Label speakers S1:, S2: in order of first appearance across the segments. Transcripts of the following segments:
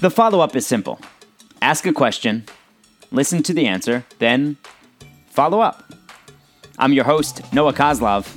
S1: The follow up is simple ask a question, listen to the answer, then follow up. I'm your host, Noah Kozlov.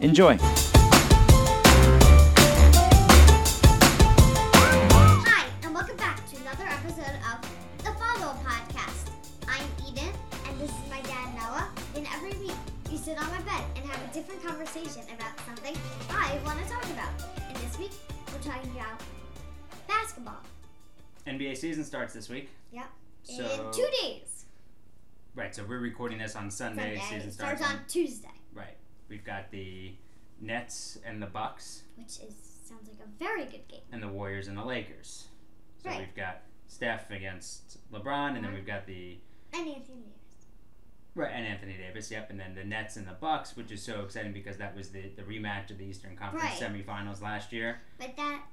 S1: Enjoy.
S2: Hi, and welcome back to another episode of the Follow Up Podcast. I'm Eden, and this is my dad, Noah. And every week, we sit on my bed and have a different conversation about something I want to talk about. And this week, we're talking about basketball.
S3: NBA season starts this week.
S2: Yep.
S3: So-
S2: In two days.
S3: Right, so we're recording this on Sunday.
S2: Sunday.
S3: Season
S2: It starts
S3: starts
S2: on Tuesday,
S3: Right. We've got the Nets and the Bucks
S2: which is sounds like a very good game.
S3: and the Warriors and the Lakers. So
S2: Right.
S3: we've got Steph against LeBron and then
S2: Mhm.
S3: we've got the
S2: And Anthony Davis.
S3: right and Anthony Davis, yep, and then the Nets and the Bucks, which is so exciting because that was the, the rematch of the Eastern Conference
S2: Right.
S3: semifinals last year.
S2: But that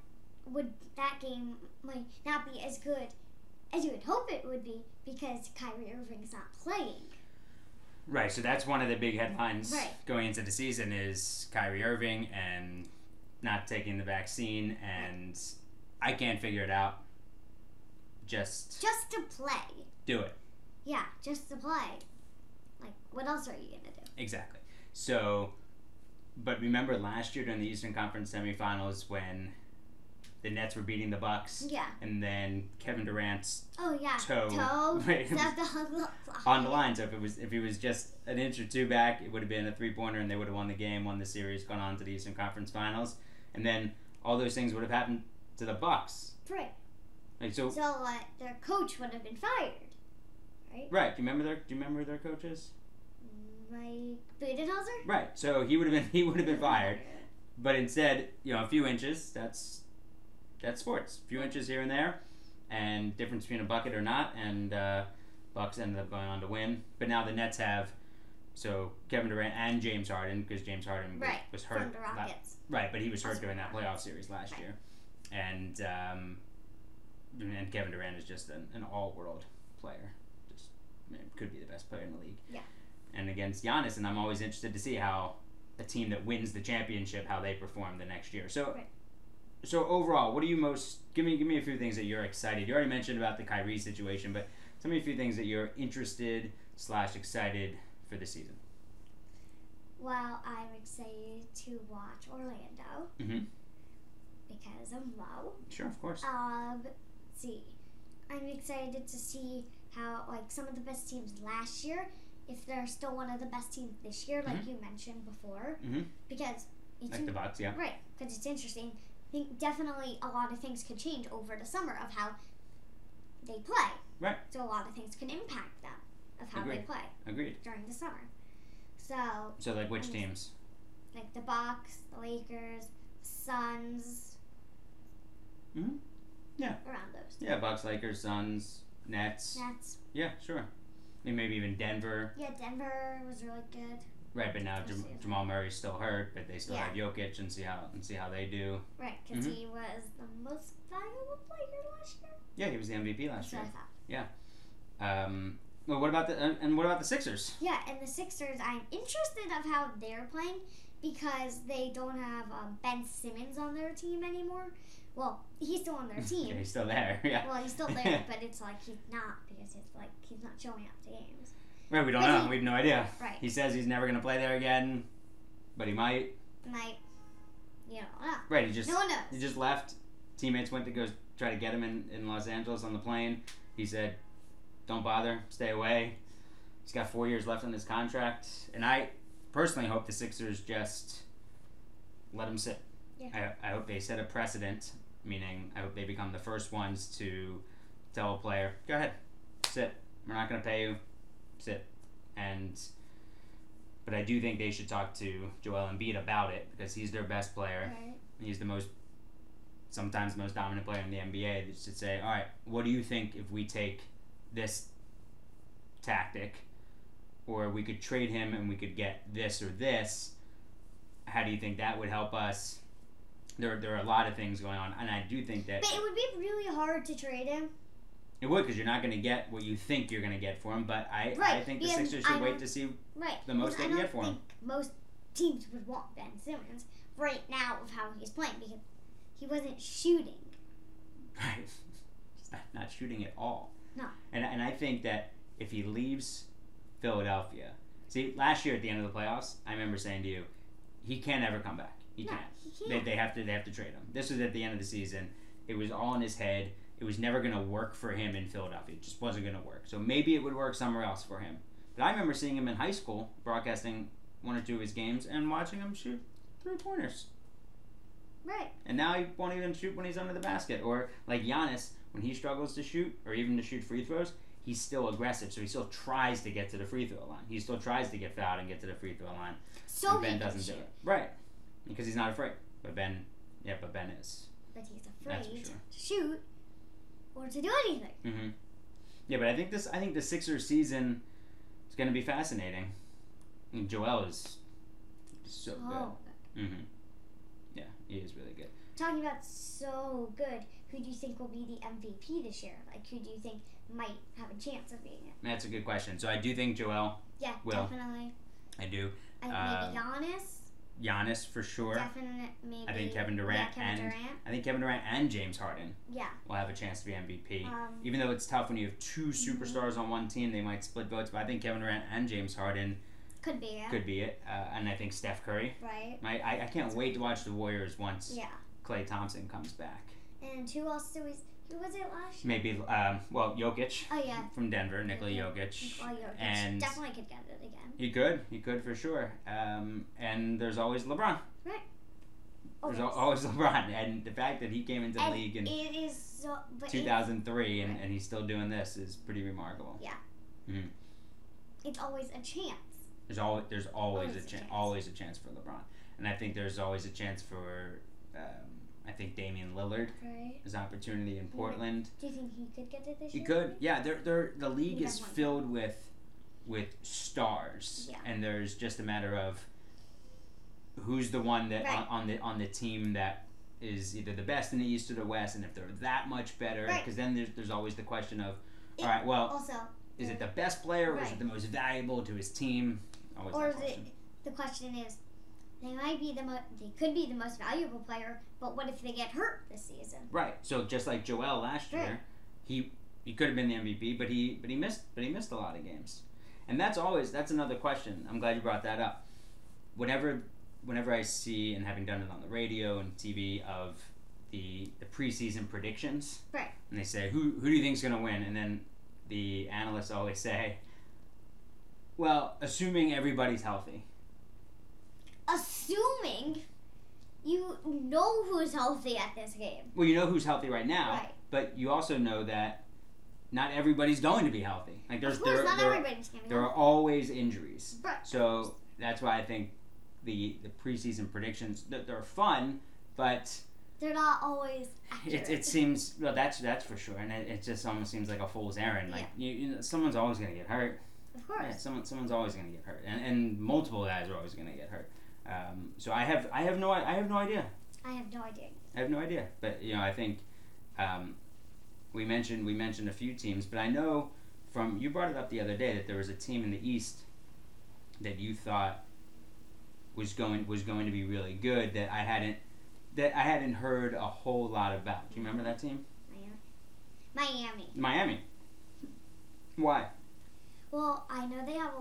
S2: would that game might not be as good as you would hope it would be because Kyrie Irving's not playing.
S3: Right, so that's one of the big headlines
S2: Right.
S3: going into the season is Kyrie Irving and not taking the vaccine and I can't figure it out. Just
S2: just to play.
S3: do it.
S2: Yeah, just to play. Like, what else are you gonna do?
S3: Exactly. So, but remember last year during the Eastern Conference semifinals when the Nets were beating the Bucks,
S2: Yeah.
S3: and then Kevin Durant's
S2: Oh yeah,
S3: Toe.
S2: toe.
S3: Wait.
S2: stepped on the block.
S3: on the line. So if it was if he was just an inch or two back, it would have been a three pointer, and they would have won the game, won the series, gone on to the Eastern Conference Finals, and then all those things would have happened to the Bucks.
S2: Right.
S3: Like so,
S2: So uh, their coach would have been fired.
S3: right? Do you remember their Do you remember their coaches?
S2: Like Budenholzer.
S3: Right. So he would have been he would have been fired. but instead, you know, a few inches. That's that's sports. A few inches here and there, and difference between a bucket or not. And uh, Bucks ended up going on to win. But now the Nets have so Kevin Durant and James Harden because James Harden was,
S2: Right,
S3: was hurt.
S2: From the
S3: la-
S2: Rockets.
S3: right, but he was hurt
S2: That's
S3: during that
S2: right.
S3: playoff series last
S2: Right.
S3: year, and um, and Kevin Durant is just an, an all-world player. Just I mean, could be the best player in the league.
S2: Yeah.
S3: And against Giannis, and I'm always interested to see how a team that wins the championship how they perform the next year. So,
S2: Right.
S3: so overall, what are you most? Give me give me a few things that you're excited. You already mentioned about the Kyrie situation, but tell me a few things that you're interested slash excited for this season.
S2: Well, I'm excited to watch Orlando
S3: Mm-hmm.
S2: because I'm low.
S3: Sure, of course.
S2: Um, let's see, I'm excited to see how like some of the best teams last year, if they're still one of the best teams this year, like you mentioned before,
S3: Mhm.
S2: because it's
S3: Mm-hmm. Like the Bucks, yeah.
S2: right because it's interesting. I think definitely a lot of things could change over the summer of how they play.
S3: Right.
S2: So a lot of things can impact them of how they
S3: Agreed.
S2: play
S3: Agreed.
S2: during the summer. So
S3: So, like, which teams?
S2: like the Bucks, the Lakers, Suns.
S3: Mhm. Yeah.
S2: Around those.
S3: Yeah, Bucks, Lakers, Suns, Nets.
S2: Nets.
S3: Yeah, sure. And maybe even Denver.
S2: Yeah, Denver was really good.
S3: Right, but now Jam-
S2: Understand.
S3: Jamal Murray's still hurt, but they still have Jokic and see how and see how they do.
S2: Right, because
S3: Mhm.
S2: he was the most valuable player last year.
S3: Yeah, he was the MVP last
S2: That's what I
S3: year.
S2: thought.
S3: Um, well, what about the and and what about the Sixers?
S2: Yeah, and the Sixers, I'm interested of how they're playing because they don't have um, Ben Simmons on their team anymore. Well, he's still on their
S3: yeah,
S2: team.
S3: he's still there. Yeah.
S2: well, he's still there, but it's like he's not because it's like he's not showing up to games.
S3: right, we don't
S2: but
S3: know.
S2: he-
S3: we have no idea.
S2: Right,
S3: He says he's never gonna play there again, but he might.
S2: and I, you know, uh,
S3: Right, he just
S2: no one knows.
S3: he just left. Teammates went to go try to get him in, in Los Angeles on the plane. He said, "Don't bother, stay away." He's got four years left on his contract, and I personally hope the Sixers just let him sit.
S2: Yeah.
S3: I, I hope they set a precedent, meaning I hope they become the first ones to tell a player, "Go ahead, sit. We're not going to pay you. Sit." And but I do think they should talk to Joel Embiid about it because he's their best player
S2: Right.
S3: he's the most sometimes the most dominant player in the NBA that should say, all right, what do you think if we take this tactic, or we could trade him and we could get this or this? How do you think that would help us? There, there are a lot of things going on, and I do think that
S2: But it would be really hard to trade him.
S3: it would because you're not going to get what you think you're going to get for him. But I, I
S2: Right,
S3: think the
S2: because
S3: Sixers
S2: I
S3: should wait
S2: don't-
S3: to see.
S2: Right.
S3: The most
S2: Because
S3: they can
S2: I
S3: get for
S2: don't
S3: him.
S2: think most teams would want Ben Simmons right now of how he's playing because he wasn't shooting.
S3: Right, he's not not shooting at all.
S2: No.
S3: And and I think that if he leaves Philadelphia, see last year at the end of the playoffs, I remember saying to you, he can't ever come back. He
S2: No,
S3: can't.
S2: he
S3: They,
S2: can't.
S3: they have to they have to trade him. This was at the end of the season. It was all in his head. It was never going to work for him in Philadelphia. It just wasn't going to work. So maybe it would work somewhere else for him. But I remember seeing him in high school broadcasting one or two of his games and watching him shoot three pointers.
S2: Right.
S3: And now he won't even shoot when he's under the basket. Or like Giannis, when he struggles to shoot or even to shoot free throws, he's still aggressive. So he still tries to get to the free throw line. He still tries to get fouled and get to the free throw line.
S2: So
S3: and Ben
S2: he
S3: doesn't
S2: doesn't
S3: do it. Right. Because he's not afraid. But Ben, yeah, but Ben is.
S2: But he's
S3: That's for
S2: afraid
S3: sure.
S2: to shoot or to do anything.
S3: hmm Yeah, but I think this. I think the Sixers season is going to be fascinating. And Joel is so
S2: Oh,
S3: good. hmm Yeah, he is really good.
S2: talking about so good. Who do you think will be the MVP this year? Like, who do you think might have a chance of being it?
S3: That's a good question. So I do think Joel.
S2: Yeah,
S3: Will.
S2: definitely.
S3: I do.
S2: I
S3: Uh,
S2: maybe Giannis.
S3: Giannis for sure.
S2: Definitely. Maybe.
S3: I think Kevin Durant
S2: Yeah, Kevin
S3: and-
S2: Durant.
S3: I think Kevin Durant and James Harden
S2: Yeah.
S3: will have a chance to be MVP.
S2: Um, mm-hmm.
S3: Even though it's tough when you have two superstars on one team, they might split votes. But I think Kevin Durant and James Harden
S2: could be. Yeah.
S3: could be it. Uh, and I think Steph Curry.
S2: Right.
S3: I, I, I can't wait to watch the Warriors once
S2: Yeah.
S3: Clay Thompson comes back.
S2: And who else do we? Who was it last? year?
S3: Maybe, um, well, Jokic
S2: Oh yeah. Oh,
S3: from Denver, Nikola Jokic.
S2: Well, Jokic
S3: And-
S2: definitely could get it again.
S3: He could, he could for sure. Um, and there's always LeBron. There's al- oh,
S2: Okay.
S3: always LeBron. And the fact that he came into the
S2: Oh, And
S3: league in
S2: It is so. But it-
S3: 2003 and,
S2: Right.
S3: and he's still doing this is pretty remarkable.
S2: it's always a chance.
S3: There's always there's always, a, chance.
S2: chance.
S3: always a chance for LeBron, and I think there's always a chance for um, I think Damian Lillard
S2: Right.
S3: his opportunity in Portland.
S2: Do you think Mm-hmm. he could get it this
S3: He
S2: year?
S3: could, yeah. They're, they're, the league
S2: He
S3: is
S2: definitely-
S3: filled with with stars,
S2: Yeah.
S3: and there's just a matter of who's the one that on,
S2: Right.
S3: on the on the team that is either the best in the East or the West, and if they're that much better,
S2: Right.
S3: because then there's there's always the question of,
S2: It-
S3: all right, well,
S2: Also,
S3: is it the best player or is it
S2: Right.
S3: the most valuable to his team? Always
S2: or
S3: that
S2: the
S3: question.
S2: the question is, they might be the mo- they could be the most valuable player, but what if they get hurt this season?
S3: Right. So just like Joel last year,
S2: Right.
S3: he he could have been the MVP, but he but he missed but he missed a lot of games. And that's always that's another question. I'm glad you brought that up. Whenever whenever I see and having done it on the radio and TV of the the preseason predictions,
S2: Right.
S3: And they say who who do you think's going to win? And then the analysts always say, well, assuming everybody's healthy.
S2: Assuming you know who's healthy at this game.
S3: Well, you know who's healthy right now.
S2: Right.
S3: But you also know that not everybody's going to be healthy. Like there's
S2: of course,
S3: there,
S2: not
S3: there,
S2: everybody's gonna be
S3: there
S2: healthy.
S3: are always injuries.
S2: Right.
S3: So that's why I think the the preseason predictions they're, they're fun, but
S2: They're not always
S3: it,
S2: accurate.
S3: it seems well that's that's for sure, and it, it just almost seems like a fool's errand. Like you, you know, someone's always gonna get hurt.
S2: of
S3: Yeah,
S2: course.
S3: someone someone's always gonna get hurt, and, and multiple guys are always gonna get hurt. Um, so I have I have no I have no idea.
S2: I have no idea.
S3: I have no idea, but you know, I think um, we mentioned we mentioned a few teams, but I know from you brought it up the other day that there was a team in the East that you thought was going was going to be really good that I hadn't that I hadn't heard a whole lot about. Do you remember that team?
S2: Miami. Miami.
S3: Miami. Why?
S2: Well, I know they have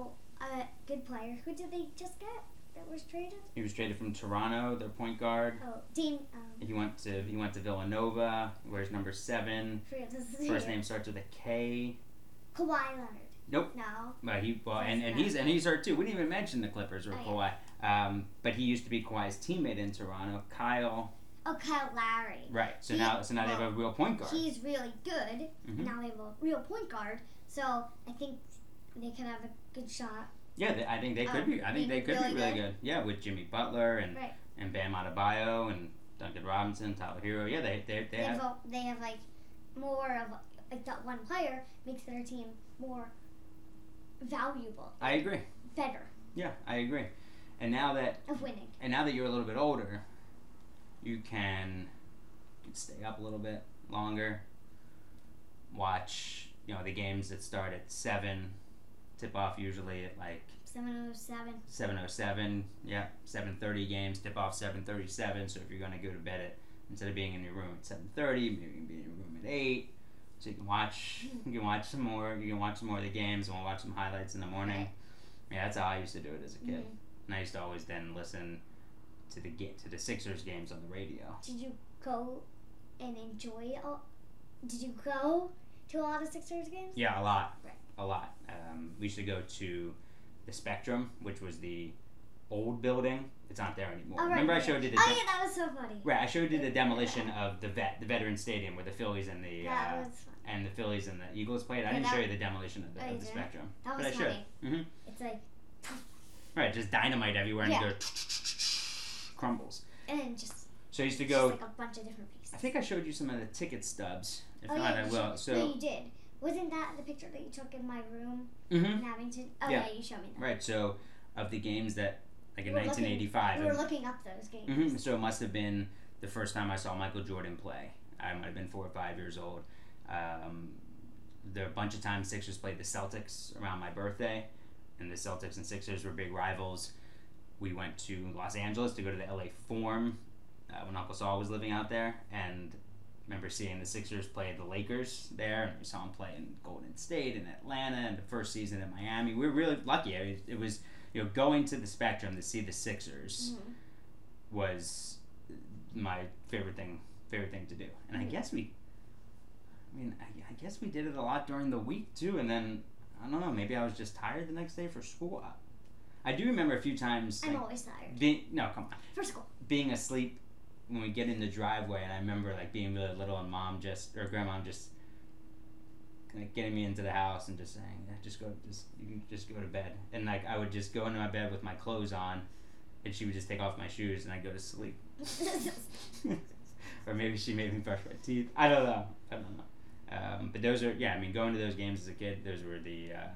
S2: a, a good player. Who did they just get that was traded?
S3: He was traded from Toronto, their point guard.
S2: Oh, Dean. Um,
S3: He went to he went to Villanova, where's number seven.
S2: forget his
S3: First
S2: name.
S3: name starts with a K.
S2: Kawhi Leonard.
S3: Nope.
S2: No.
S3: Well, he well, and, and
S2: Yeah.
S3: he's and he's hurt too. We didn't even mention the Clippers or
S2: Oh,
S3: Kawhi, um, but he used to be Kawhi's teammate in Toronto, Kyle.
S2: Oh, Kyle Lowry.
S3: Right. So
S2: He-
S3: now, so now they have a real point guard.
S2: He's really good.
S3: Mhm.
S2: Now they have a real point guard. So I think they can have a good shot.
S3: Yeah, they, I think they could
S2: Um,
S3: be. I think they
S2: he's
S3: could
S2: really
S3: be really good.
S2: good.
S3: Yeah, with Jimmy Butler and
S2: Right.
S3: and Bam Adebayo and Duncan Robinson, Tyler Hero. Yeah, they they, they
S2: They
S3: have.
S2: have, a- they have like more of like that one player makes their team more valuable,
S3: I agree.
S2: better
S3: Yeah, I agree. And now that
S2: of winning.
S3: and now that you're a little bit older, you can, you can stay up a little bit longer. Watch, you know, the games that start at seven, tip off usually at like
S2: Seven oh seven.
S3: seven oh seven. Yeah, seven thirty games tip off seven thirty seven. So if you're gonna go to bed at instead of being in your room at seven thirty, maybe you can be in your room at eight. So you can watch, you can watch some more. You can watch some more of the games, and we'll watch some highlights in the morning.
S2: Right.
S3: Yeah, that's how I used to do it as a kid.
S2: Mhm.
S3: And I used to always then listen to the ga- to the Sixers games on the radio.
S2: Did you go and enjoy all? Did you go to a lot of Sixers games?
S3: Yeah, a lot,
S2: Right.
S3: a lot. Um, we used to go to the Spectrum, which was the old building. It's not there anymore.
S2: Oh, right,
S3: Remember, I
S2: right,
S3: showed you the.
S2: Oh
S3: de-
S2: yeah, that was so funny.
S3: Right, I showed you the demolition of the vet, the Veteran Stadium, where the Phillies and the
S2: That
S3: uh,
S2: was fun.
S3: and the Phillies and the Eagles played. I
S2: Yeah,
S3: didn't
S2: that-
S3: show you the demolition of the,
S2: Oh, you
S3: of the
S2: didn't?
S3: Spectrum, but
S2: That was
S3: I
S2: funny.
S3: should. Mhm.
S2: It's like
S3: Right, just dynamite everywhere and
S2: Yeah.
S3: you go crumbles.
S2: and then just
S3: So I used to
S2: it's
S3: go.
S2: just like a bunch of different pieces.
S3: I think I showed you some of the ticket stubs. If
S2: Oh,
S3: not,
S2: yeah,
S3: I
S2: you
S3: will.
S2: should- no,
S3: So,
S2: you did. Wasn't that the picture that you took in my room
S3: hmm
S2: in Abington? Oh
S3: Yeah.
S2: yeah, you showed me that.
S3: right. So, of the games that, like in
S2: We were looking-
S3: 1985,
S2: We
S3: and-
S2: were looking up those games.
S3: hmm So it must have been the first time I saw Michael Jordan play. I might have been four or five years old. Um, there are a bunch of times Sixers played the Celtics around my birthday, and the Celtics and Sixers were big rivals. We went to Los Angeles to go to the LA Forum uh, when Uncle Saul was living out there, and remember seeing the Sixers play the Lakers there, and we saw them play in Golden State and Atlanta, and the first season in Miami. We were really lucky. I mean, it was you know going to the Spectrum to see the Sixers
S2: Mhm.
S3: was my favorite thing favorite thing to do and i
S2: Mhm.
S3: guess we i mean I, I guess we did it a lot during the week too and then i don't know maybe i was just tired the next day for school i, I do remember a few times
S2: I'm
S3: like,
S2: always tired.
S3: being, no come on
S2: For school.
S3: being asleep when we get in the driveway and i remember like being really little and mom just or grandma just like getting me into the house and just saying yeah, just go just you can just go to bed and like i would just go into my bed with my clothes on and she would just take off my shoes and i'd go to sleep or maybe she made me brush my teeth. I don't know. I don't know. Um, but those are yeah. I mean, going to those games as a kid, those were the uh,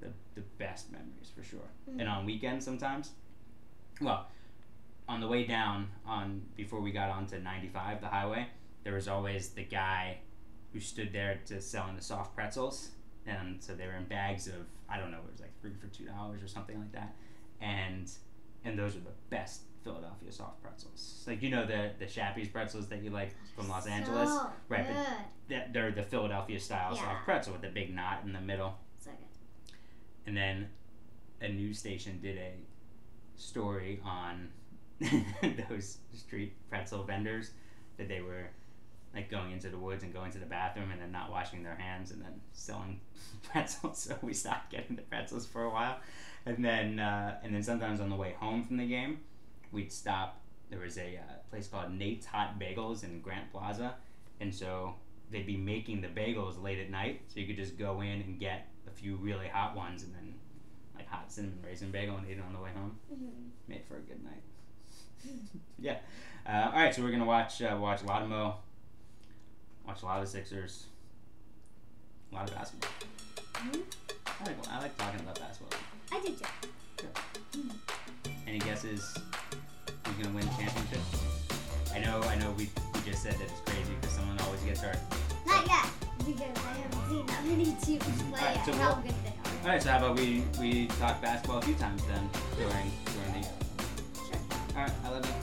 S3: the, the best memories for sure.
S2: Mhm.
S3: And on weekends sometimes, well, on the way down on before we got onto ninety five, the highway, there was always the guy who stood there to selling the soft pretzels, and so they were in bags of I don't know, it was like three for two dollars or something like that, and and those are the best Philadelphia soft pretzels. Like you know the the Shappi's pretzels that you like from Los Angeles.
S2: So
S3: right, but-
S2: Good.
S3: That they're the Philadelphia style
S2: Yeah.
S3: soft pretzel with the big knot in the middle.
S2: So good.
S3: And then a news station did a story on those street pretzel vendors that they were like going into the woods and going to the bathroom and then not washing their hands and then selling pretzels. So we stopped getting the pretzels for a while, and then uh, and then sometimes on the way home from the game, we'd stop. There was a uh, place called Nate's Hot Bagels in Grant Plaza, and so they'd be making the bagels late at night, so you could just go in and get a few really hot ones and then like hot cinnamon raisin bagel and eat it on the way home
S2: Mhm.
S3: made for a good night. yeah. Uh, all right, so we're gonna watch uh, watch a lot of Mo, watch a lot of the Sixers, a lot of basketball.
S2: Mhm.
S3: I like, I like talking about basketball.
S2: I did too.
S3: Any guesses who's gonna win championship? I know, I know. We, we just said that it's crazy because someone always gets hurt.
S2: Not yet, because I haven't seen that many teams play
S3: Alright, so
S2: and how
S3: we'll-
S2: good they are.
S3: All right, so how about we we talk basketball a few times then during during the year?
S2: Sure.
S3: All right, I love you.